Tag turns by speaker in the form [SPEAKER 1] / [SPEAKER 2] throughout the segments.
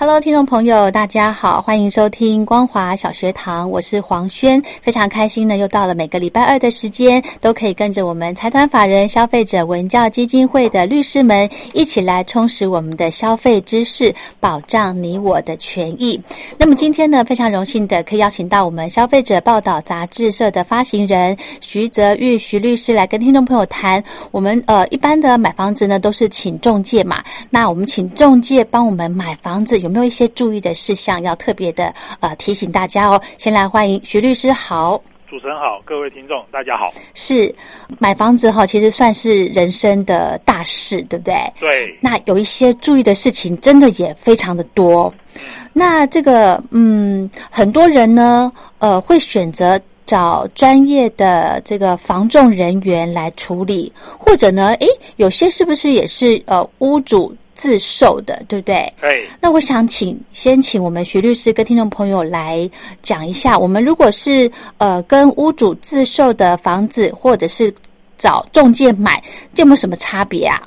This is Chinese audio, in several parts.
[SPEAKER 1] Hello，听众朋友，大家好，欢迎收听光华小学堂，我是黄轩，非常开心呢，又到了每个礼拜二的时间，都可以跟着我们财团法人消费者文教基金会的律师们一起来充实我们的消费知识，保障你我的权益。那么今天呢，非常荣幸的可以邀请到我们消费者报道杂志社的发行人徐泽玉徐律师来跟听众朋友谈，我们呃一般的买房子呢都是请中介嘛，那我们请中介帮我们买房子有。有没有一些注意的事项要特别的呃提醒大家哦？先来欢迎徐律师，好。
[SPEAKER 2] 主持人好，各位听众大家好。
[SPEAKER 1] 是买房子哈，其实算是人生的大事，对不对？
[SPEAKER 2] 对。
[SPEAKER 1] 那有一些注意的事情，真的也非常的多。那这个嗯，很多人呢，呃，会选择。找专业的这个防重人员来处理，或者呢，诶，有些是不是也是呃屋主自售的，对不对？
[SPEAKER 2] 对。
[SPEAKER 1] 那我想请先请我们徐律师跟听众朋友来讲一下，我们如果是呃跟屋主自售的房子，或者是找中介买，这有没有什么差别啊？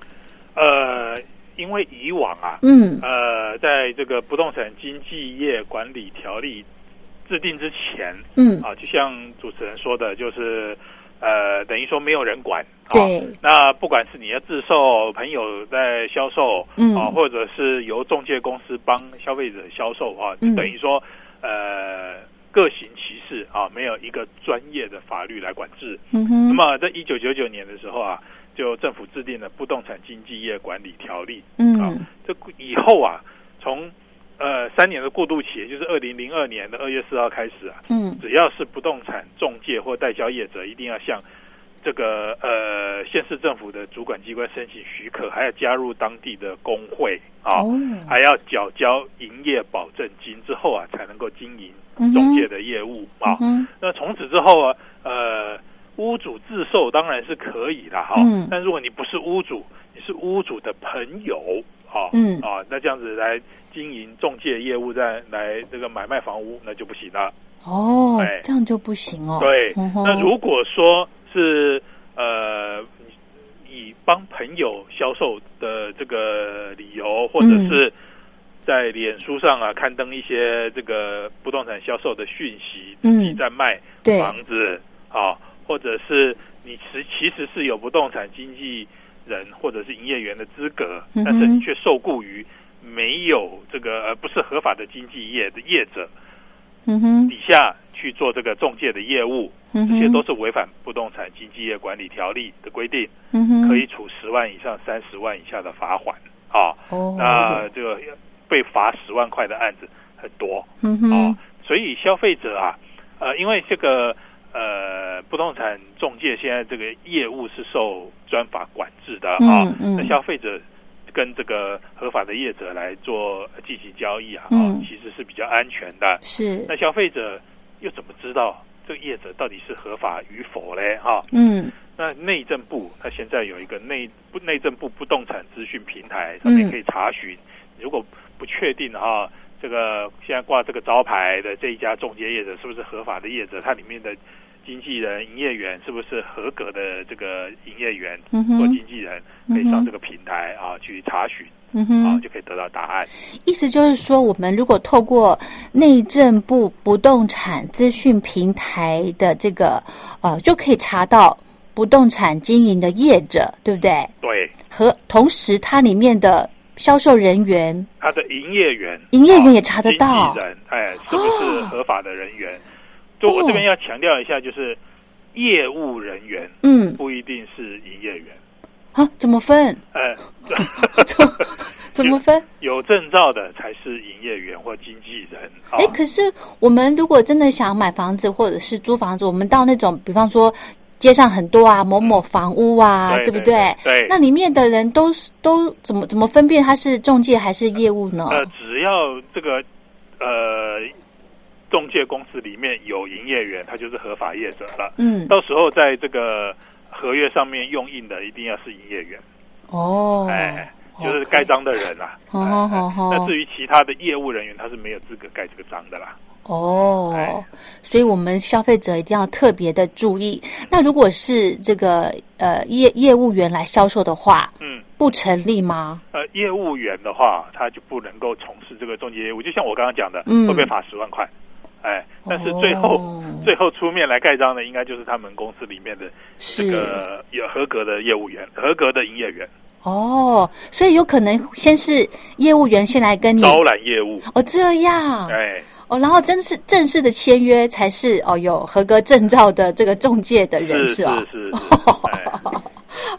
[SPEAKER 2] 呃，因为以往啊，
[SPEAKER 1] 嗯，
[SPEAKER 2] 呃，在这个不动产经纪业管理条例。制定之前，
[SPEAKER 1] 嗯
[SPEAKER 2] 啊，就像主持人说的，就是呃，等于说没有人管。啊、
[SPEAKER 1] 对。
[SPEAKER 2] 那不管是你要自售，朋友在销售，
[SPEAKER 1] 嗯
[SPEAKER 2] 啊，或者是由中介公司帮消费者销售啊，
[SPEAKER 1] 嗯
[SPEAKER 2] 就等于说呃各行其事啊，没有一个专业的法律来管制。
[SPEAKER 1] 嗯
[SPEAKER 2] 那
[SPEAKER 1] 哼，
[SPEAKER 2] 么在一九九九年的时候啊，就政府制定了《不动产经纪业管理条例》。啊
[SPEAKER 1] 嗯，
[SPEAKER 2] 这以后啊，从呃三年的过渡期，也就是二零零二年的二月四号开始啊，
[SPEAKER 1] 嗯
[SPEAKER 2] 只要是不动产中介或代销业者，一定要向这个呃县市政府的主管机关申请许可，还要加入当地的工会啊，
[SPEAKER 1] 哦
[SPEAKER 2] 还要缴交营业保证金之后啊，才能够经营
[SPEAKER 1] 嗯哼
[SPEAKER 2] 中介的业务啊。
[SPEAKER 1] 嗯
[SPEAKER 2] 那从此之后啊，呃，屋主自售当然是可以啦，哈、
[SPEAKER 1] 嗯
[SPEAKER 2] 但如果你不是屋主，你是屋主的朋友，啊，
[SPEAKER 1] 嗯
[SPEAKER 2] 啊，那这样子来经营中介业务，再来这个买卖房屋，那就不行了。
[SPEAKER 1] 哦
[SPEAKER 2] 哎，
[SPEAKER 1] 这样就不行哦。
[SPEAKER 2] 对，
[SPEAKER 1] 嗯哼
[SPEAKER 2] 那如果说是呃。以帮朋友销售的这个理由，或者
[SPEAKER 1] 嗯
[SPEAKER 2] 是在脸书上啊刊登一些这个不动产销售的讯息，
[SPEAKER 1] 嗯
[SPEAKER 2] 自己在卖，
[SPEAKER 1] 对，
[SPEAKER 2] 房子啊，或者是你其其实是有不动产经纪人或者是营业员的资格，
[SPEAKER 1] 嗯哼
[SPEAKER 2] 但是你却受雇于没有这个呃不是合法的经纪业的业者
[SPEAKER 1] 嗯哼，
[SPEAKER 2] 底下去做这个中介的业务，
[SPEAKER 1] 嗯
[SPEAKER 2] 这些
[SPEAKER 1] 哼，
[SPEAKER 2] 都是违反不动产经纪业管理条例的规定，
[SPEAKER 1] 嗯哼，
[SPEAKER 2] 可以处十万以上三十万以下的罚款啊。
[SPEAKER 1] 哦，
[SPEAKER 2] 那这个被罚十万块的案子很多，
[SPEAKER 1] 嗯
[SPEAKER 2] 哦
[SPEAKER 1] 哼，，
[SPEAKER 2] 所以消费者啊，呃，因为这个呃不动产中介现在这个业务是受专法管制的啊，
[SPEAKER 1] 嗯嗯
[SPEAKER 2] 那消费者跟这个合法的业者来做呃进行交易啊，
[SPEAKER 1] 嗯
[SPEAKER 2] 啊，其实是比较安全的。
[SPEAKER 1] 是，
[SPEAKER 2] 那消费者又怎么知道这个业者到底是合法与否嘞？哦哈、
[SPEAKER 1] 嗯
[SPEAKER 2] 那内政部它现在有一个内不内政部不动产资讯平台，上
[SPEAKER 1] 嗯
[SPEAKER 2] 面可以查询。如果不确定啊，这个现在挂这个招牌的这一家中介业者是不是合法的业者，它里面的经纪人、营业员是不是合格的这个营业员
[SPEAKER 1] 嗯
[SPEAKER 2] 或
[SPEAKER 1] 哼，
[SPEAKER 2] 经纪人，可以上这个平台啊去查询
[SPEAKER 1] 嗯
[SPEAKER 2] 啊，
[SPEAKER 1] 哼，
[SPEAKER 2] 就可以得到答案。
[SPEAKER 1] 意思就是说，我们如果透过内政部不动产资讯平台的这个呃，就可以查到不动产经营的业者，对不对？
[SPEAKER 2] 对，
[SPEAKER 1] 和同时，它里面的销售人员、
[SPEAKER 2] 他的营业员，
[SPEAKER 1] 营业员也查得
[SPEAKER 2] 啊
[SPEAKER 1] 到哦
[SPEAKER 2] 经纪人，哎，是不是合法的人员？就我这边要强调一下，就是业务人员，
[SPEAKER 1] 嗯，
[SPEAKER 2] 不一定是营业员。
[SPEAKER 1] 啊，怎么分？
[SPEAKER 2] 呃，
[SPEAKER 1] 怎么怎么分？
[SPEAKER 2] 有证照的才是营业员或经纪人。啊
[SPEAKER 1] 哎，可是我们如果真的想买房子或者是租房子，我们到那种比方说街上很多啊某某房屋啊，
[SPEAKER 2] 对
[SPEAKER 1] 不
[SPEAKER 2] 对对对
[SPEAKER 1] 那里面的人都是都怎么怎么分辨他是中介还是业务呢？
[SPEAKER 2] 呃，只要这个呃中介公司里面有营业员，他就是合法业者了。
[SPEAKER 1] 嗯，
[SPEAKER 2] 到时候在这个合约上面用印的一定要是营业员，
[SPEAKER 1] 哦，
[SPEAKER 2] 哎，就是盖
[SPEAKER 1] OK
[SPEAKER 2] 章的人啦、
[SPEAKER 1] 好
[SPEAKER 2] 哎
[SPEAKER 1] 好
[SPEAKER 2] 哎
[SPEAKER 1] 哦好好
[SPEAKER 2] 那至于其他的业务人员，他是没有资格盖这个章的啦。
[SPEAKER 1] 哦
[SPEAKER 2] 哎，
[SPEAKER 1] 所以我们消费者一定要特别的注意。那如果是这个呃业业务员来销售的话，
[SPEAKER 2] 嗯，
[SPEAKER 1] 不成立吗？
[SPEAKER 2] 呃，业务员的话，他就不能够从事这个中介业务，就像我刚刚讲的，
[SPEAKER 1] 嗯
[SPEAKER 2] 会被罚十万块。哎，但是最后、
[SPEAKER 1] 哦
[SPEAKER 2] 最后出面来盖章的，应该就是他们公司里面的这
[SPEAKER 1] 是
[SPEAKER 2] 个有合格的业务员、合格的营业员
[SPEAKER 1] 哦，所以有可能先是业务员先来跟你
[SPEAKER 2] 招揽业务。
[SPEAKER 1] 哦这样
[SPEAKER 2] 哎，
[SPEAKER 1] 哦，然后真是正式的签约才是哦有合格证照的这个中介的人啊
[SPEAKER 2] 是是
[SPEAKER 1] 吧 哦
[SPEAKER 2] 是，哎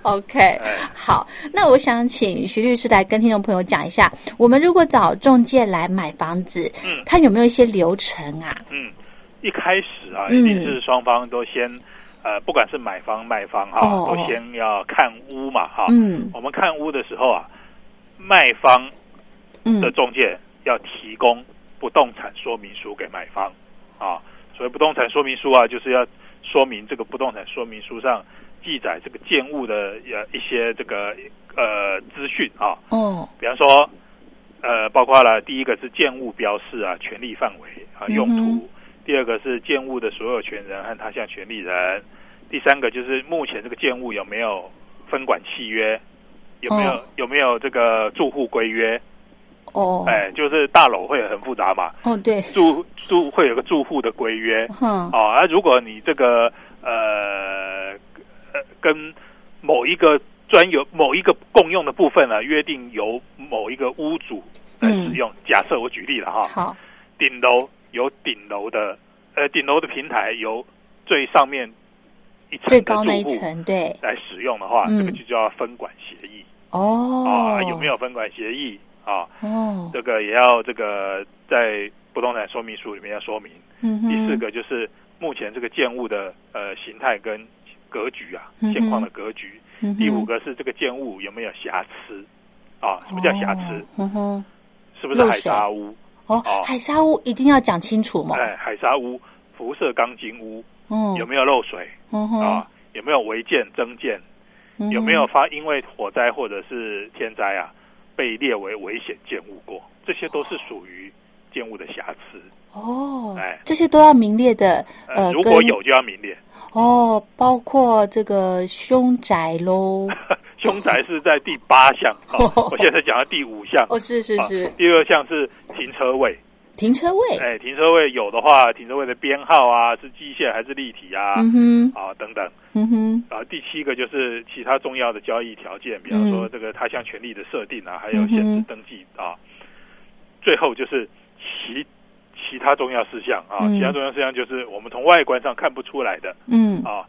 [SPEAKER 1] OK，、
[SPEAKER 2] 哎
[SPEAKER 1] 好，那我想请徐律师来跟听众朋友讲一下，我们如果找中介来买房子，
[SPEAKER 2] 嗯
[SPEAKER 1] 他有没有一些流程啊？
[SPEAKER 2] 嗯，一开始啊，
[SPEAKER 1] 嗯
[SPEAKER 2] 一定是双方都先呃，不管是买方卖方哈、
[SPEAKER 1] 哦哦
[SPEAKER 2] 都先要看屋嘛哈、
[SPEAKER 1] 嗯
[SPEAKER 2] 我们看屋的时候啊，卖方
[SPEAKER 1] 嗯
[SPEAKER 2] 的中介要提供不动产说明书给买方啊。所谓不动产说明书啊，就是要说明这个不动产说明书上记载这个建物的呃一些这个呃资讯啊，
[SPEAKER 1] 哦
[SPEAKER 2] 比方说呃包括了第一个是建物标示啊、权利范围啊、用
[SPEAKER 1] 嗯
[SPEAKER 2] 途；第二个是建物的所有权人和他项权利人；第三个就是目前这个建物有没有分管契约，有没有、
[SPEAKER 1] 哦
[SPEAKER 2] 有没有这个住户规约。
[SPEAKER 1] 哦
[SPEAKER 2] 哎，就是大楼会很复杂嘛，
[SPEAKER 1] 哦对，
[SPEAKER 2] 住住会有个住户的规约
[SPEAKER 1] 哼
[SPEAKER 2] 哦，啊，如果你这个呃呃跟某一个专有某一个共用的部分呢、约定由某一个屋主来使用。假设我举例了哈，
[SPEAKER 1] 嗯好
[SPEAKER 2] 顶楼有顶楼的呃顶楼的平台由最上面一层
[SPEAKER 1] 最
[SPEAKER 2] 的
[SPEAKER 1] 高那一
[SPEAKER 2] 住户
[SPEAKER 1] 层对
[SPEAKER 2] 来使用的话，
[SPEAKER 1] 嗯
[SPEAKER 2] 这个就叫分管协议
[SPEAKER 1] 哦
[SPEAKER 2] 啊，有没有分管协议啊？
[SPEAKER 1] 哦
[SPEAKER 2] 这个也要这个在不动产说明书里面要说明。
[SPEAKER 1] 嗯哼
[SPEAKER 2] 第四个就是目前这个建物的呃形态跟格局啊，
[SPEAKER 1] 嗯哼
[SPEAKER 2] 现况的格局。
[SPEAKER 1] 嗯哼
[SPEAKER 2] 第五个是这个建物有没有瑕疵啊？什么叫瑕疵？
[SPEAKER 1] 哦嗯哼
[SPEAKER 2] 是不是
[SPEAKER 1] 漏
[SPEAKER 2] 海
[SPEAKER 1] 水
[SPEAKER 2] 沙屋？
[SPEAKER 1] 哦
[SPEAKER 2] 哦
[SPEAKER 1] 海沙屋一定要讲清楚嘛
[SPEAKER 2] 哎，海沙屋、辐射钢筋屋
[SPEAKER 1] 嗯
[SPEAKER 2] 有没有漏水
[SPEAKER 1] 嗯哼
[SPEAKER 2] 啊？有没有违建、增建？
[SPEAKER 1] 嗯哼
[SPEAKER 2] 有没有发因为火灾或者是天灾啊被列为危险建物过？这些都是属于建物的瑕疵。
[SPEAKER 1] 哦
[SPEAKER 2] 哎
[SPEAKER 1] 这些都要名列的呃
[SPEAKER 2] 呃，如果
[SPEAKER 1] 跟
[SPEAKER 2] 有就要明列。
[SPEAKER 1] 哦包括这个凶宅 喽
[SPEAKER 2] 凶宅是在第八项， 哦我现在讲到第五项，
[SPEAKER 1] 哦是是
[SPEAKER 2] 啊
[SPEAKER 1] 是
[SPEAKER 2] 第二项是停车位，
[SPEAKER 1] 停车位
[SPEAKER 2] 哎，停车位有的话，停车位的编号啊，是机械还是立体啊，
[SPEAKER 1] 嗯哼
[SPEAKER 2] 啊等等。
[SPEAKER 1] 嗯哼
[SPEAKER 2] 然后第七个就是其他重要的交易条件，比方说这个他项权利的设定啊，还有限
[SPEAKER 1] 嗯
[SPEAKER 2] 制
[SPEAKER 1] 哼
[SPEAKER 2] 登记啊。最后就是其其他重要事项啊，
[SPEAKER 1] 嗯
[SPEAKER 2] 其他重要事项就是我们从外观上看不出来的
[SPEAKER 1] 嗯
[SPEAKER 2] 啊，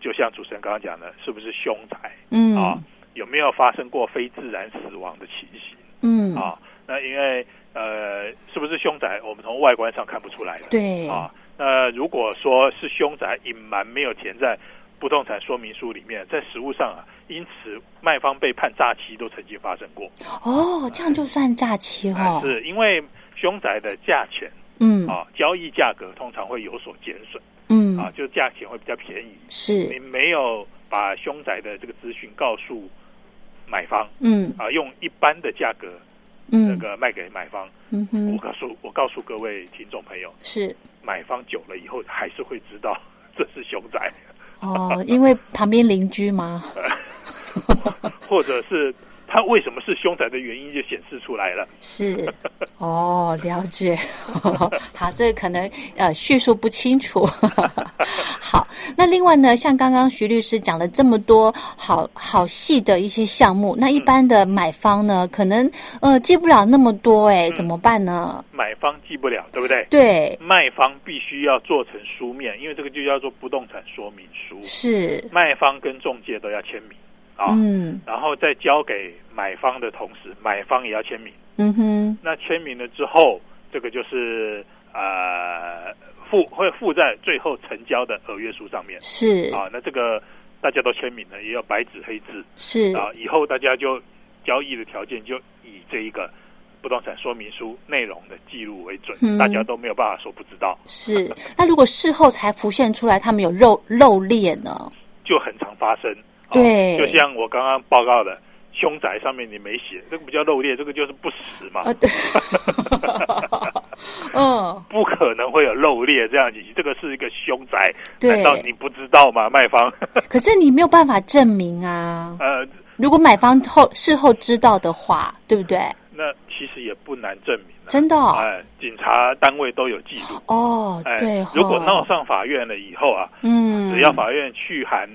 [SPEAKER 2] 就像主持人刚刚讲的，是不是凶宅？
[SPEAKER 1] 嗯
[SPEAKER 2] 啊，有没有发生过非自然死亡的情形
[SPEAKER 1] 嗯
[SPEAKER 2] 啊？那因为呃，是不是凶宅，我们从外观上看不出来的。
[SPEAKER 1] 对
[SPEAKER 2] 啊，那如果说是凶宅隐瞒没有填在不动产说明书里面，在实物上啊，因此卖方被判诈欺都曾经发生过，
[SPEAKER 1] 哦，这样就算诈欺
[SPEAKER 2] 但
[SPEAKER 1] 哦。
[SPEAKER 2] 哎是因为凶宅的价钱
[SPEAKER 1] 嗯
[SPEAKER 2] 啊，交易价格通常会有所减损
[SPEAKER 1] 嗯，
[SPEAKER 2] 啊，就价钱会比较便宜。你
[SPEAKER 1] 是
[SPEAKER 2] 没有把凶宅的这个资讯告诉买方，
[SPEAKER 1] 嗯
[SPEAKER 2] 啊，用一般的价格那
[SPEAKER 1] 嗯
[SPEAKER 2] 个卖给买方。
[SPEAKER 1] 嗯
[SPEAKER 2] 我
[SPEAKER 1] 哼，
[SPEAKER 2] 告诉我告诉各位听众朋友，
[SPEAKER 1] 是
[SPEAKER 2] 买方久了以后还是会知道这是熊仔，
[SPEAKER 1] 哦，因为旁边邻居嘛，
[SPEAKER 2] 或者是它为什么是凶宅的原因就显示出来了。
[SPEAKER 1] 是哦，了解。 好，这个可能呃叙述不清楚。 好，那另外呢，像刚刚徐律师讲了这么多好好细的一些项目，那一般的买方呢，可能呃记不了那么多、哎，
[SPEAKER 2] 嗯
[SPEAKER 1] 怎么办呢？
[SPEAKER 2] 买方记不了，对不对？
[SPEAKER 1] 对，
[SPEAKER 2] 卖方必须要做成书面，因为这个就叫做不动产说明书，
[SPEAKER 1] 是，
[SPEAKER 2] 卖方跟中介都要签名啊。
[SPEAKER 1] 嗯
[SPEAKER 2] 然后再交给买方的同时，买方也要签名。
[SPEAKER 1] 嗯哼，
[SPEAKER 2] 那签名了之后，这个就是呃附会附在最后成交的合约书上面
[SPEAKER 1] 是
[SPEAKER 2] 啊。那这个大家都签名了，也要白纸黑字
[SPEAKER 1] 是，
[SPEAKER 2] 啊。以后大家就交易的条件就以这一个不动产说明书内容的记录为准，
[SPEAKER 1] 嗯
[SPEAKER 2] 大家都没有办法说不知道，
[SPEAKER 1] 是，那如果事后才浮现出来，他们有漏漏裂呢？
[SPEAKER 2] 就很常发生。啊
[SPEAKER 1] 对
[SPEAKER 2] 就像我刚刚报告的。凶宅上面你没写，这个不叫漏裂，这个就是不实嘛。
[SPEAKER 1] 呃，对， 嗯，
[SPEAKER 2] 不可能会有漏裂这样子，这个是一个凶宅，
[SPEAKER 1] 对
[SPEAKER 2] 难道你不知道吗？卖方，
[SPEAKER 1] 可是你没有办法证明啊。
[SPEAKER 2] 呃，
[SPEAKER 1] 如果买方后事后知道的话，对不对？
[SPEAKER 2] 那其实也不难证明、啊，
[SPEAKER 1] 真的哦
[SPEAKER 2] 哎、警察单位都有记录，
[SPEAKER 1] 哦，
[SPEAKER 2] 哎、
[SPEAKER 1] 对
[SPEAKER 2] 如果
[SPEAKER 1] 吼
[SPEAKER 2] 闹上法院了以后啊，
[SPEAKER 1] 嗯，
[SPEAKER 2] 只要法院去函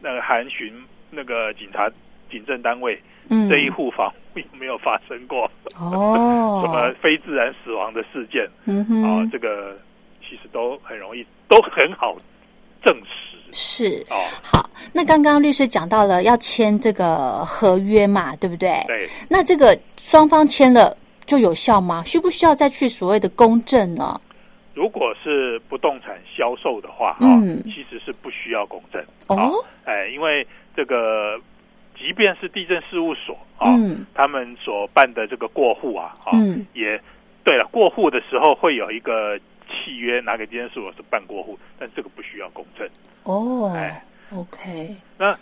[SPEAKER 2] 那个函询那个警察警政单位，
[SPEAKER 1] 嗯
[SPEAKER 2] 这一户房有没有发生过
[SPEAKER 1] 哦
[SPEAKER 2] 什么非自然死亡的事件
[SPEAKER 1] 嗯
[SPEAKER 2] 啊、
[SPEAKER 1] 哼
[SPEAKER 2] 这个其实都很容易，都很好证实
[SPEAKER 1] 是
[SPEAKER 2] 哦。
[SPEAKER 1] 好。那刚刚律师讲到了要签这个合约嘛，对不对？
[SPEAKER 2] 对，
[SPEAKER 1] 那这个双方签了就有效吗？需不需要再去所谓的公证呢？
[SPEAKER 2] 如果是不动产销售的话，啊、
[SPEAKER 1] 嗯
[SPEAKER 2] 其实是不需要公证
[SPEAKER 1] 哦
[SPEAKER 2] 啊，哎，因为这个，即便是地震事务所啊，
[SPEAKER 1] 嗯
[SPEAKER 2] 他们所办的这个过户啊，啊，
[SPEAKER 1] 嗯
[SPEAKER 2] 也对了，过户的时候会有一个契约拿给地震事务所是办过户，但这个不需要公证。
[SPEAKER 1] 哦
[SPEAKER 2] 哎
[SPEAKER 1] ，OK，
[SPEAKER 2] 那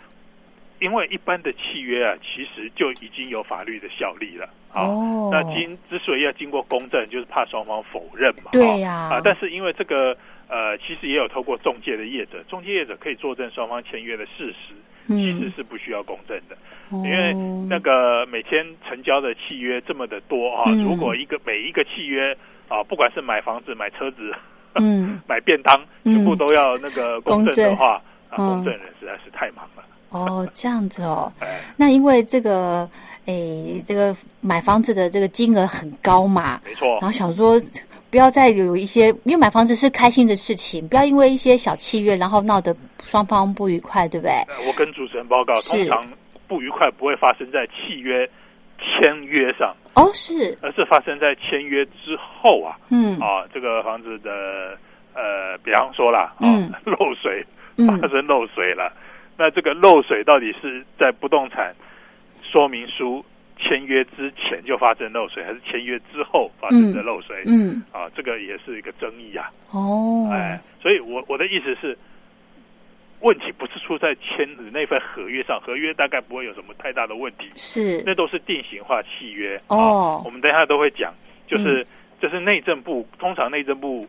[SPEAKER 2] 因为一般的契约啊，其实就已经有法律的效力了啊。
[SPEAKER 1] 哦
[SPEAKER 2] 那经之所以要经过公证，就是怕双方否认嘛。
[SPEAKER 1] 对呀
[SPEAKER 2] 啊、但是因为这个呃，其实也有透过中介的业者，中介业者可以作证双方签约的事实，其实
[SPEAKER 1] 嗯，哦
[SPEAKER 2] 是不需要公证的，
[SPEAKER 1] 因
[SPEAKER 2] 因为那个每天成交的契约这么的多啊，
[SPEAKER 1] 嗯
[SPEAKER 2] 如果一个每一个契约啊，不管是买房子、买车子、
[SPEAKER 1] 嗯
[SPEAKER 2] 买便当，
[SPEAKER 1] 嗯
[SPEAKER 2] 全部都要那个公证的话，啊，
[SPEAKER 1] 嗯
[SPEAKER 2] 公证人实在是太忙了。
[SPEAKER 1] 哦这样子哦，
[SPEAKER 2] 哎，
[SPEAKER 1] 那因为这个诶，这个买房子的这个金额很高嘛，
[SPEAKER 2] 没错
[SPEAKER 1] 然，后想说。不要再有一些，因为买房子是开心的事情，不要因为一些小契约，然后闹得双方不愉快，对不对？
[SPEAKER 2] 呃我跟主持人报告，
[SPEAKER 1] 是
[SPEAKER 2] 通常不愉快不会发生在契约签约上，
[SPEAKER 1] 哦，是，
[SPEAKER 2] 而是发生在签约之后啊。
[SPEAKER 1] 嗯，
[SPEAKER 2] 啊，这个房子的呃，比方说啦，啊
[SPEAKER 1] 嗯，
[SPEAKER 2] 漏水
[SPEAKER 1] 嗯
[SPEAKER 2] 发生漏水了，那这个漏水到底是在不动产说明书签约之前就发生漏水，还是签约之后发生的漏水？
[SPEAKER 1] 嗯，
[SPEAKER 2] 啊，这个也是一个争议啊，
[SPEAKER 1] 哦，
[SPEAKER 2] 哎，所以我我的意思是。问题不是出在签的那份合约上，合约大概不会有什么太大的问题，
[SPEAKER 1] 是，
[SPEAKER 2] 那都是定型化契约
[SPEAKER 1] 哦嗯
[SPEAKER 2] 啊。我们等一下都会讲，就是、这是内政部，通常内政部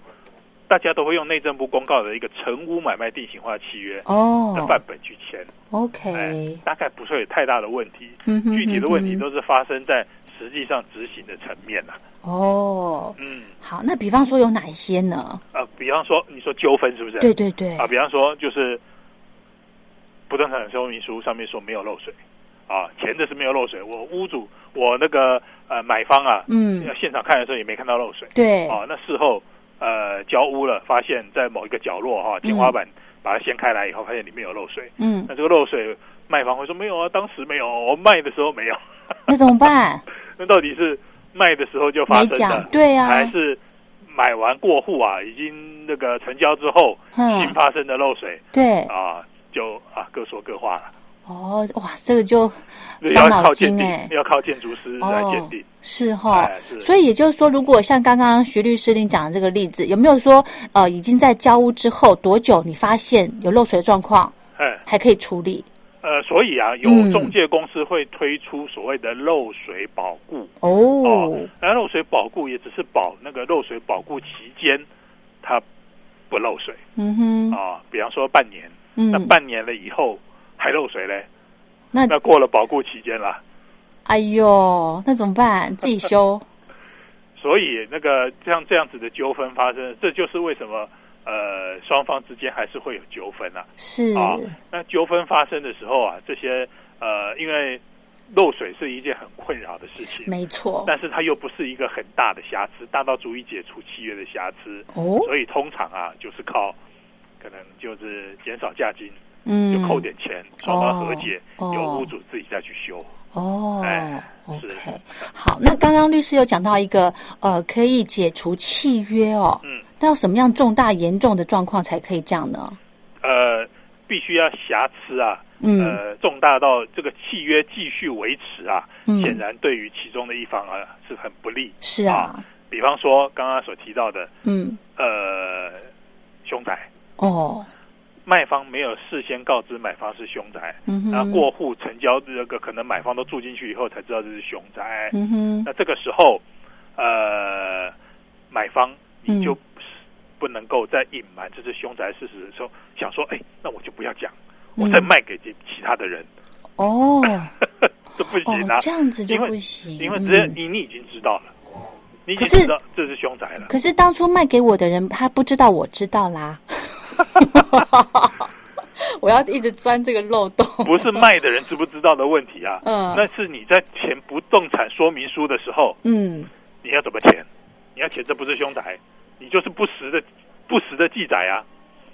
[SPEAKER 2] 大家都会用内政部公告的一个成屋买卖定型化契约的
[SPEAKER 1] 哦
[SPEAKER 2] 范本去签，哎
[SPEAKER 1] ，OK，
[SPEAKER 2] 大概不会有太大的问题。
[SPEAKER 1] 嗯哼
[SPEAKER 2] 具体的问题
[SPEAKER 1] 嗯哼
[SPEAKER 2] 都是发生在实际上执行的层面了、
[SPEAKER 1] 哦，
[SPEAKER 2] 嗯，
[SPEAKER 1] 好，那比方说有哪一些呢？
[SPEAKER 2] 啊，比方说你说纠纷是不是？
[SPEAKER 1] 对对对，
[SPEAKER 2] 啊，比方说就是不动产说明书上面说没有漏水啊，前的是没有漏水，我屋主我那个呃买方啊，
[SPEAKER 1] 嗯，
[SPEAKER 2] 现场看的时候也没看到漏水。
[SPEAKER 1] 对，
[SPEAKER 2] 哦，那事后呃交屋了，发现在某一个角落哈、天花板把它掀开来以后，发现里面有漏水。
[SPEAKER 1] 嗯，
[SPEAKER 2] 那这个漏水，卖方会说没有啊，当时没有，我卖的时候没有。
[SPEAKER 1] 那怎么办？
[SPEAKER 2] 那到底是卖的时候就发
[SPEAKER 1] 没
[SPEAKER 2] 生
[SPEAKER 1] 讲
[SPEAKER 2] 的，，
[SPEAKER 1] 对啊呀，
[SPEAKER 2] 还是买完过户啊，已经那个成交之后
[SPEAKER 1] 嗯
[SPEAKER 2] 新发生的漏水
[SPEAKER 1] 对，
[SPEAKER 2] 啊？就啊，各说各话了，
[SPEAKER 1] 哦，哇，这个就
[SPEAKER 2] 要
[SPEAKER 1] 伤脑
[SPEAKER 2] 靠鉴
[SPEAKER 1] 筋
[SPEAKER 2] 定，
[SPEAKER 1] 哎，
[SPEAKER 2] 要靠建筑师来
[SPEAKER 1] 哦
[SPEAKER 2] 鉴定。，
[SPEAKER 1] 是哈
[SPEAKER 2] 哎是。
[SPEAKER 1] 所以也就是说，如果像刚刚徐律师您讲的这个例子，有没有说呃，已经在交屋之后多久你发现有漏水的状况，
[SPEAKER 2] 哎，
[SPEAKER 1] 还可以处理？
[SPEAKER 2] 呃，所以啊，有
[SPEAKER 1] 嗯
[SPEAKER 2] 中介公司会推出所谓的漏水保固
[SPEAKER 1] 哦
[SPEAKER 2] 哦，，那漏水保固也只是保那个漏水保固期间，它不漏水
[SPEAKER 1] 嗯哼，
[SPEAKER 2] 啊。比方说半年，那
[SPEAKER 1] 嗯，
[SPEAKER 2] 半年了以后还漏水嘞，
[SPEAKER 1] 那
[SPEAKER 2] 那过了保固期间了，
[SPEAKER 1] 哎呦，那怎么办？自己 修。
[SPEAKER 2] 哦所以那个像这样子的纠纷发生，这就是为什么呃双方之间还是会有纠纷啊。
[SPEAKER 1] 是
[SPEAKER 2] 啊，那纠纷发生的时候啊，这些呃因为漏水是一件很困扰的事情，
[SPEAKER 1] 没错。
[SPEAKER 2] 但是它又不是一个很大的瑕疵，大到足以解除契约的瑕疵，
[SPEAKER 1] 哦，
[SPEAKER 2] 所以通常啊就是靠可能就是减少价金，
[SPEAKER 1] 嗯，
[SPEAKER 2] 就扣点钱，双方和解，
[SPEAKER 1] 哦
[SPEAKER 2] 由屋主自己再去修。
[SPEAKER 1] 哦、
[SPEAKER 2] 哎
[SPEAKER 1] o
[SPEAKER 2] 是
[SPEAKER 1] k 好，那刚刚律师有讲到一个呃，可以解除契约哦，
[SPEAKER 2] 嗯，
[SPEAKER 1] 那要什么样重大严重的状况才可以这样呢？
[SPEAKER 2] 呃，必须要瑕疵啊，
[SPEAKER 1] 嗯、
[SPEAKER 2] 呃，重大到这个契约继续维持啊，
[SPEAKER 1] 嗯，
[SPEAKER 2] 显然对于其中的一方啊是很不利。
[SPEAKER 1] 是啊，
[SPEAKER 2] 啊比方说刚刚所提到的，
[SPEAKER 1] 嗯，
[SPEAKER 2] 呃，凶宅，
[SPEAKER 1] 哦，
[SPEAKER 2] 卖方没有事先告知买方是凶宅，
[SPEAKER 1] 嗯哼，
[SPEAKER 2] 然后，过户成交这个可能买方都住进去以后才知道这是凶宅，
[SPEAKER 1] 嗯哼，
[SPEAKER 2] 那这个时候，呃，买方你就
[SPEAKER 1] 嗯
[SPEAKER 2] 不能够再隐瞒这是凶宅事实的时候，想说，哎，那我就不要讲，
[SPEAKER 1] 嗯
[SPEAKER 2] 我再卖给其其他的人，
[SPEAKER 1] 哦，
[SPEAKER 2] 这不行啊
[SPEAKER 1] 哦，，这样子就
[SPEAKER 2] 因为
[SPEAKER 1] 不行，
[SPEAKER 2] 因为直接
[SPEAKER 1] 嗯
[SPEAKER 2] 你你已经知道了，你已
[SPEAKER 1] 可
[SPEAKER 2] 经
[SPEAKER 1] 是
[SPEAKER 2] 知道这是凶宅了。
[SPEAKER 1] 可是当初卖给我的人，他不知道我知道啦。 我要一直钻这个漏洞。
[SPEAKER 2] 不是卖的人知不知道的问题啊，
[SPEAKER 1] 嗯
[SPEAKER 2] 那是你在填不动产说明书的时候，
[SPEAKER 1] 嗯，
[SPEAKER 2] 你要怎么填？你要填这不是凶宅，你就是不实的不实的记载啊。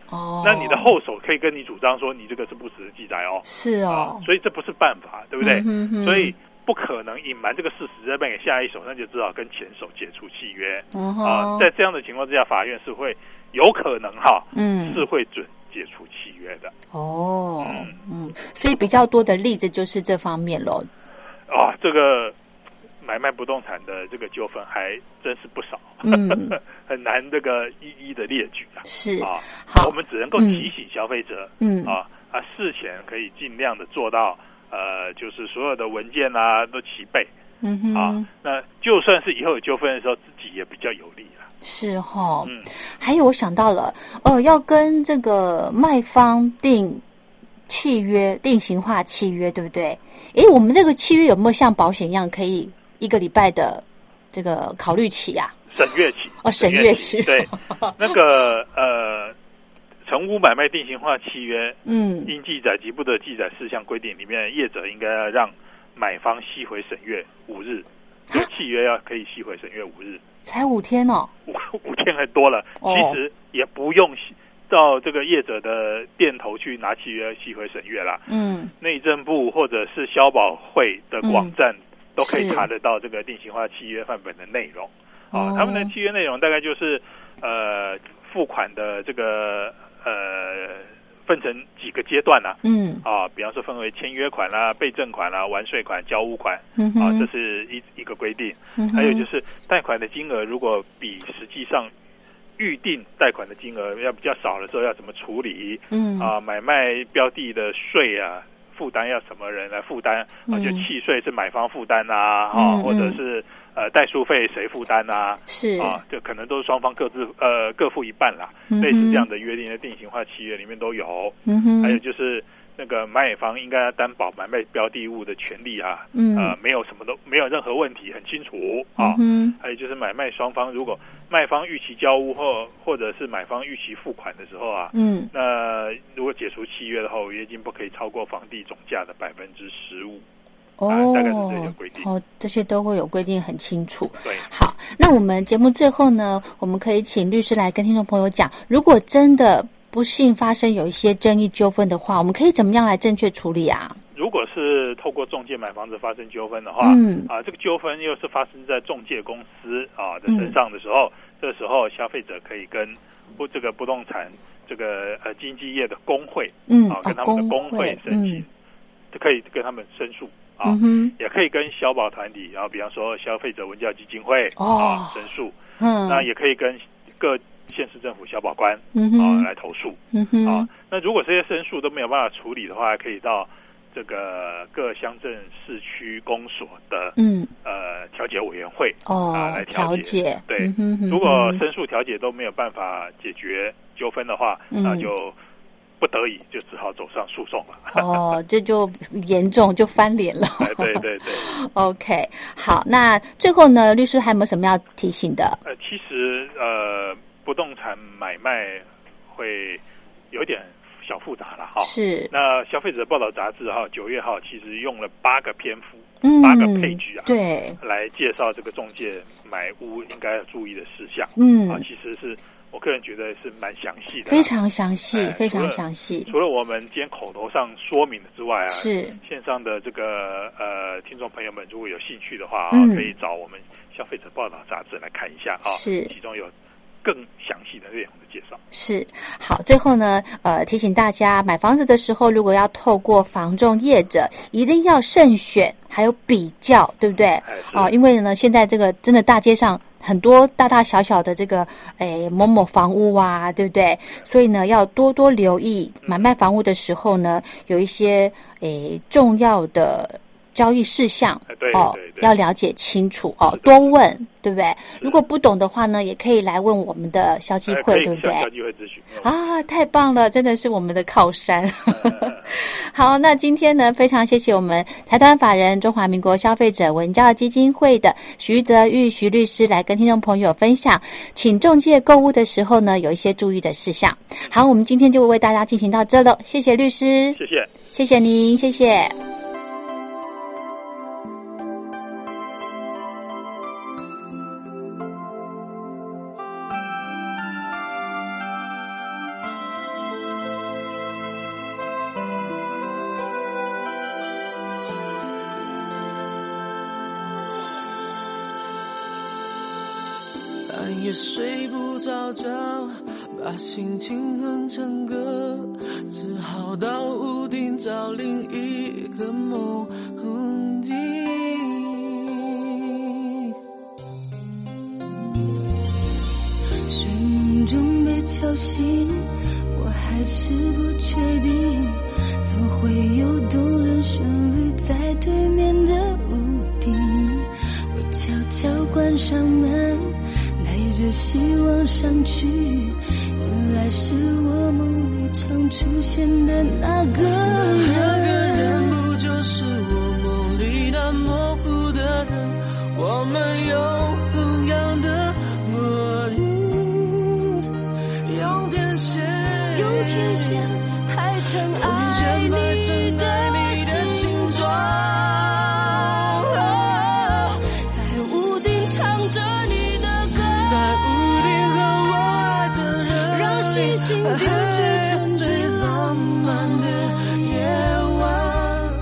[SPEAKER 1] 哦，
[SPEAKER 2] 那你的后手可以跟你主张说你这个是不实的记载哦，
[SPEAKER 1] 是
[SPEAKER 2] 啊
[SPEAKER 1] 哦，，
[SPEAKER 2] 所以这不是办法，对不对？
[SPEAKER 1] 嗯哼哼
[SPEAKER 2] 所以不可能隐瞒这个事实再卖给下一手，那就只好跟前手解除契约
[SPEAKER 1] 嗯
[SPEAKER 2] 啊。
[SPEAKER 1] 哼，
[SPEAKER 2] 在这样的情况之下，法院是会有可能哈、
[SPEAKER 1] 嗯
[SPEAKER 2] 是会准解除契约的。
[SPEAKER 1] 哦，嗯，所以比较多的例子就是这方面咯。
[SPEAKER 2] 啊，这个买卖不动产的这个纠纷还真是不少，
[SPEAKER 1] 嗯
[SPEAKER 2] 很难这个一一的列举啊。
[SPEAKER 1] 是，
[SPEAKER 2] 啊，
[SPEAKER 1] 好
[SPEAKER 2] 我们只能够
[SPEAKER 1] 嗯
[SPEAKER 2] 提醒消费者、
[SPEAKER 1] 嗯，
[SPEAKER 2] 啊啊，事前可以尽量的做到，呃，就是所有的文件啊都齐备
[SPEAKER 1] 嗯哼，
[SPEAKER 2] 啊。那就算是以后有纠纷的时候，自己也比较有利啊了。
[SPEAKER 1] 是哈、
[SPEAKER 2] 嗯，
[SPEAKER 1] 还有我想到了，呃，要跟这个卖方定契约、定型化契约，对不对？诶，我们这个契约有没有像保险一样，可以一个礼拜的这个考虑期呀、
[SPEAKER 2] 审阅期
[SPEAKER 1] 哦审阅期
[SPEAKER 2] 对，那个呃，成屋买卖定型化契约
[SPEAKER 1] 嗯，
[SPEAKER 2] 应记载及不得记载事项规定里面，业者应该要让买方吸回审阅五日，就契约要可以吸回审阅五日，
[SPEAKER 1] 才五天哦。
[SPEAKER 2] 五五天很多 了，
[SPEAKER 1] 哦
[SPEAKER 2] 其实也不用吸到这个业者的店头去拿契约吸回审阅啦。
[SPEAKER 1] 嗯，
[SPEAKER 2] 内政部或者是消保会的网站都可以
[SPEAKER 1] 是
[SPEAKER 2] 查得到这个定型化契约范本的内容。
[SPEAKER 1] 哦
[SPEAKER 2] 啊，他们的契约内容大概就是呃付款的这个呃分成几个阶段呢、
[SPEAKER 1] 嗯
[SPEAKER 2] 啊，比方说分为签约款啦、备证款啦、完税款、交屋款
[SPEAKER 1] 嗯
[SPEAKER 2] 啊，
[SPEAKER 1] 哼，
[SPEAKER 2] 这是一一个规定。
[SPEAKER 1] 嗯哼
[SPEAKER 2] 还有就是贷款的金额如果比实际上预定贷款的金额要比较少的时候，要怎么处理
[SPEAKER 1] 嗯
[SPEAKER 2] 啊？买卖标的的税啊。负担要什么人来负担？啊，
[SPEAKER 1] 嗯
[SPEAKER 2] 就契税是买方负担啊，啊，
[SPEAKER 1] 嗯嗯
[SPEAKER 2] 或者是呃代书费谁负担啊？
[SPEAKER 1] 是
[SPEAKER 2] 啊，就可能都是双方各自呃各付一半啦，
[SPEAKER 1] 嗯哼
[SPEAKER 2] 类似这样的约定的定型化契约里面都有。
[SPEAKER 1] 嗯哼，
[SPEAKER 2] 还有就是那个买方应该要担保买卖标的物的权利啊，
[SPEAKER 1] 嗯
[SPEAKER 2] 呃，没有什么都没有任何问题，很清楚啊。
[SPEAKER 1] 嗯
[SPEAKER 2] 还有就是买卖双方如果卖方逾期交屋后，或者是买方逾期付款的时候啊
[SPEAKER 1] 哼，嗯
[SPEAKER 2] 那如果解除契约的话，违约金不可以超过房地总价的百分之十五。
[SPEAKER 1] 哦
[SPEAKER 2] 啊大概是这些规定
[SPEAKER 1] 哦，这些都会有规定很清楚。
[SPEAKER 2] 对，
[SPEAKER 1] 好，那我们节目最后呢，我们可以请律师来跟听众朋友讲，如果真的不幸发生有一些争议纠纷的话，我们可以怎么样来正确处理啊？
[SPEAKER 2] 如果是透过中介买房子发生纠纷的话，
[SPEAKER 1] 嗯
[SPEAKER 2] 啊，这个纠纷又是发生在中介公司啊的身上的
[SPEAKER 1] 嗯
[SPEAKER 2] 时候，这时候消费者可以跟不这个不动产这个呃经纪业的工会
[SPEAKER 1] 嗯，
[SPEAKER 2] 啊，
[SPEAKER 1] 哦
[SPEAKER 2] 跟他们的工
[SPEAKER 1] 会
[SPEAKER 2] 会，申请，就可以跟他们申诉啊，
[SPEAKER 1] 嗯哼，
[SPEAKER 2] 也可以跟消保团体，然、啊后比方说消费者文教基金会、
[SPEAKER 1] 哦
[SPEAKER 2] 啊申诉，
[SPEAKER 1] 嗯，
[SPEAKER 2] 那也可以跟各县市政府消保官、
[SPEAKER 1] 嗯
[SPEAKER 2] 啊
[SPEAKER 1] 哼，
[SPEAKER 2] 来投诉。
[SPEAKER 1] 嗯
[SPEAKER 2] 啊
[SPEAKER 1] 哼，，
[SPEAKER 2] 那如果这些申诉都没有办法处理的话，可以到这个各乡镇、市区公所的
[SPEAKER 1] 嗯，
[SPEAKER 2] 呃调解委员会。啊
[SPEAKER 1] 哦
[SPEAKER 2] 来，
[SPEAKER 1] 调
[SPEAKER 2] 调
[SPEAKER 1] 解，
[SPEAKER 2] 对
[SPEAKER 1] 嗯哼，
[SPEAKER 2] 如果
[SPEAKER 1] 嗯哼
[SPEAKER 2] 申诉调解都没有办法解决纠纷的话，
[SPEAKER 1] 嗯
[SPEAKER 2] 那就不得已就只好走上诉讼 了。
[SPEAKER 1] 哦，这就严重就翻脸了。
[SPEAKER 2] 哎，对对对，
[SPEAKER 1] OK，好，那最后呢，律师还有没有什么要提醒的？
[SPEAKER 2] 呃，其实呃，不动产买卖会有点小复杂了哈。
[SPEAKER 1] 是，
[SPEAKER 2] 那《消费者报道》杂志哈，九月号其实用了八个篇幅，
[SPEAKER 1] 嗯
[SPEAKER 2] 八个配置啊，，
[SPEAKER 1] 对，
[SPEAKER 2] 来介绍这个中介买屋应该要注意的事项啊，
[SPEAKER 1] 嗯，
[SPEAKER 2] 其实是我个人觉得是蛮详细的啊，
[SPEAKER 1] 非常详细
[SPEAKER 2] 哎，
[SPEAKER 1] 非常
[SPEAKER 2] 除了
[SPEAKER 1] 详细，
[SPEAKER 2] 除了我们今天口头上说明的之外啊，
[SPEAKER 1] 是，
[SPEAKER 2] 线上的这个呃听众朋友们，如果有兴趣的话啊，
[SPEAKER 1] 嗯
[SPEAKER 2] 可以找我们《消费者报道》杂志来看一下啊，
[SPEAKER 1] 是
[SPEAKER 2] 其中有更详细的内容的介绍。
[SPEAKER 1] 是好，最后呢，呃，提醒大家买房子的时候，如果要透过房仲业者，一定要慎选，还有比较，对不对？
[SPEAKER 2] 哎，是
[SPEAKER 1] 哦、因为呢，现在这个真的大街上很多大大小小的这个诶某某房屋啊，对不对？所以呢，要多多留意买卖房屋的时候呢，有一些诶重要的交易事项
[SPEAKER 2] 哎对
[SPEAKER 1] 哦
[SPEAKER 2] 对，对
[SPEAKER 1] 要了解清楚哦
[SPEAKER 2] 是，的嗯
[SPEAKER 1] 多问，对不对？如果不懂的话呢，也可以来问我们的消基
[SPEAKER 2] 哎可
[SPEAKER 1] 会，
[SPEAKER 2] 以
[SPEAKER 1] 对不对
[SPEAKER 2] 向？消基会咨询没有问题
[SPEAKER 1] 啊，太棒了，真的是我们的靠山。
[SPEAKER 2] 呃
[SPEAKER 1] 好，那今天呢，非常谢谢我们财团法人中华民国消费者文教基金会的徐泽玉徐律师来跟听众朋友分享，请中介购物的时候呢，有一些注意的事项。好，我们今天就为大家进行到这喽，谢谢律师，
[SPEAKER 2] 谢谢。
[SPEAKER 1] 谢谢您，谢谢。
[SPEAKER 3] 半夜睡不着觉，把心情哼成歌，只好到屋顶找另一个梦境。
[SPEAKER 4] 睡梦中被敲醒，我还是不确定，怎会有动人旋律在对面的屋顶？我悄悄关上门，带着希望上去，原来是我梦里常出现的那个
[SPEAKER 3] 那个人
[SPEAKER 4] 人。
[SPEAKER 3] 不就是我梦里那模糊的人？我们有同样的默契，用天线，
[SPEAKER 4] 用天线排成
[SPEAKER 3] 用天
[SPEAKER 4] 爱
[SPEAKER 3] 线摆
[SPEAKER 4] 你
[SPEAKER 3] 成爱
[SPEAKER 4] 的
[SPEAKER 3] 你的
[SPEAKER 4] 心。
[SPEAKER 3] 形状。
[SPEAKER 4] 在屋顶唱着你的歌，
[SPEAKER 3] 在屋顶和我爱的人，
[SPEAKER 4] 让星星点缀成最
[SPEAKER 3] 最浪
[SPEAKER 4] 浪
[SPEAKER 3] 漫
[SPEAKER 4] 漫
[SPEAKER 3] 的
[SPEAKER 4] 的夜
[SPEAKER 3] 夜晚，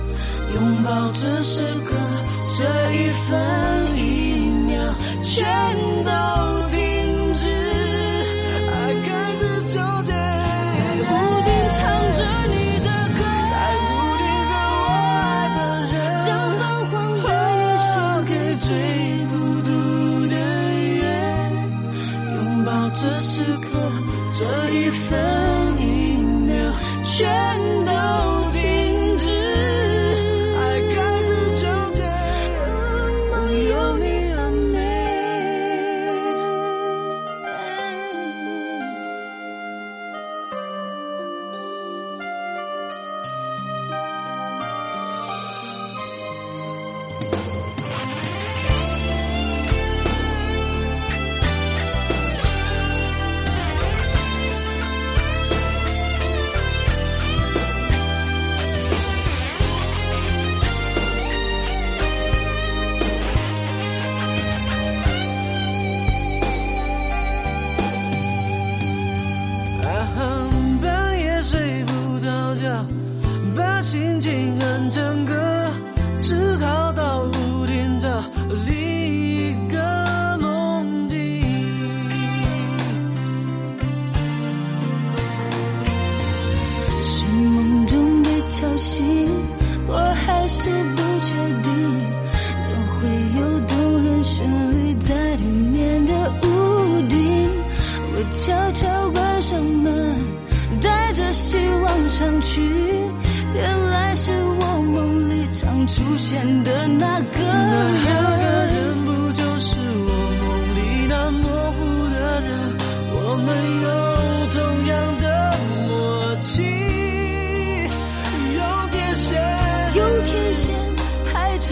[SPEAKER 3] 拥抱这时刻，这一分一秒全都停止，爱开始纠结。在屋顶唱着你的歌，在屋顶和我爱的人，
[SPEAKER 4] 将泛黄的
[SPEAKER 3] 交
[SPEAKER 4] 月献
[SPEAKER 3] 给
[SPEAKER 4] 给
[SPEAKER 3] 最
[SPEAKER 4] 最
[SPEAKER 3] 孤独的人，拥抱这时刻，这一分一秒全都停止，爱开始纠结，梦有你而美。啊哼，半夜睡不着觉，把心情哼成歌，只好到屋顶找另一个梦境。
[SPEAKER 4] 是梦中被敲醒，我还是不确定，怎会有动人旋律在对面的屋顶？我悄悄关上门，带着希望上去，原来是我梦里常出现的那个
[SPEAKER 3] 那个
[SPEAKER 4] 人。
[SPEAKER 3] 人不就是我梦里那模糊的人？我们有同样的默契。无限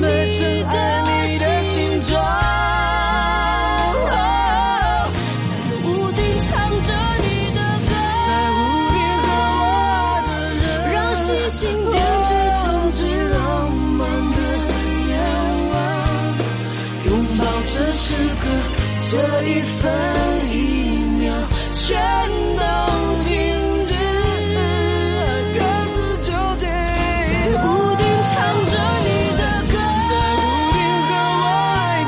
[SPEAKER 3] 被尘埃你的形状。哦在屋顶唱着你的歌，在屋顶和我的人，让星星点缀成最浪漫的夜晚。拥抱这时刻，这一分一秒，全都停止，爱各自纠结。屋顶唱着你的歌，在屋顶和我爱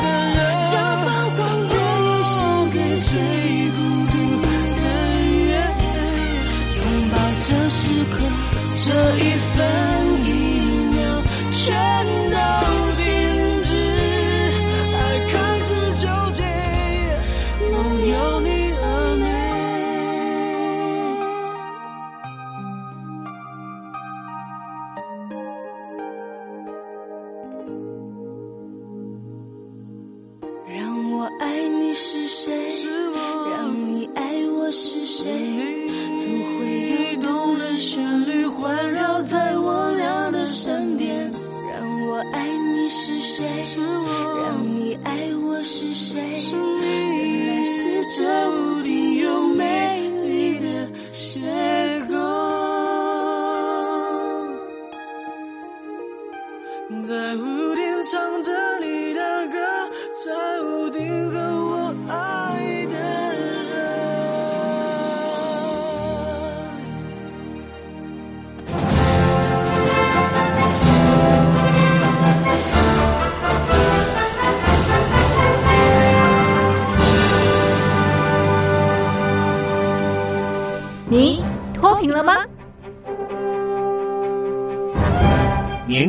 [SPEAKER 3] 的人，将发光的一生给最孤独的人。拥抱这时刻，这一分一秒，全都停止，爱开始纠结，梦有你而美。让我爱你是谁？让你爱我是谁？总会有动人旋律环绕在我俩的身边。让我爱你是谁？让你爱我是谁？原来是这屋顶有美丽的邂逅。在屋顶唱着你的歌，在屋顶和我爱的人。
[SPEAKER 1] 你脱贫了吗？
[SPEAKER 5] 年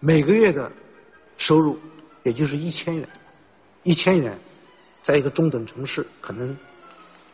[SPEAKER 3] 每个月的收入也就是一千元，一千元。在一个中等城市，可能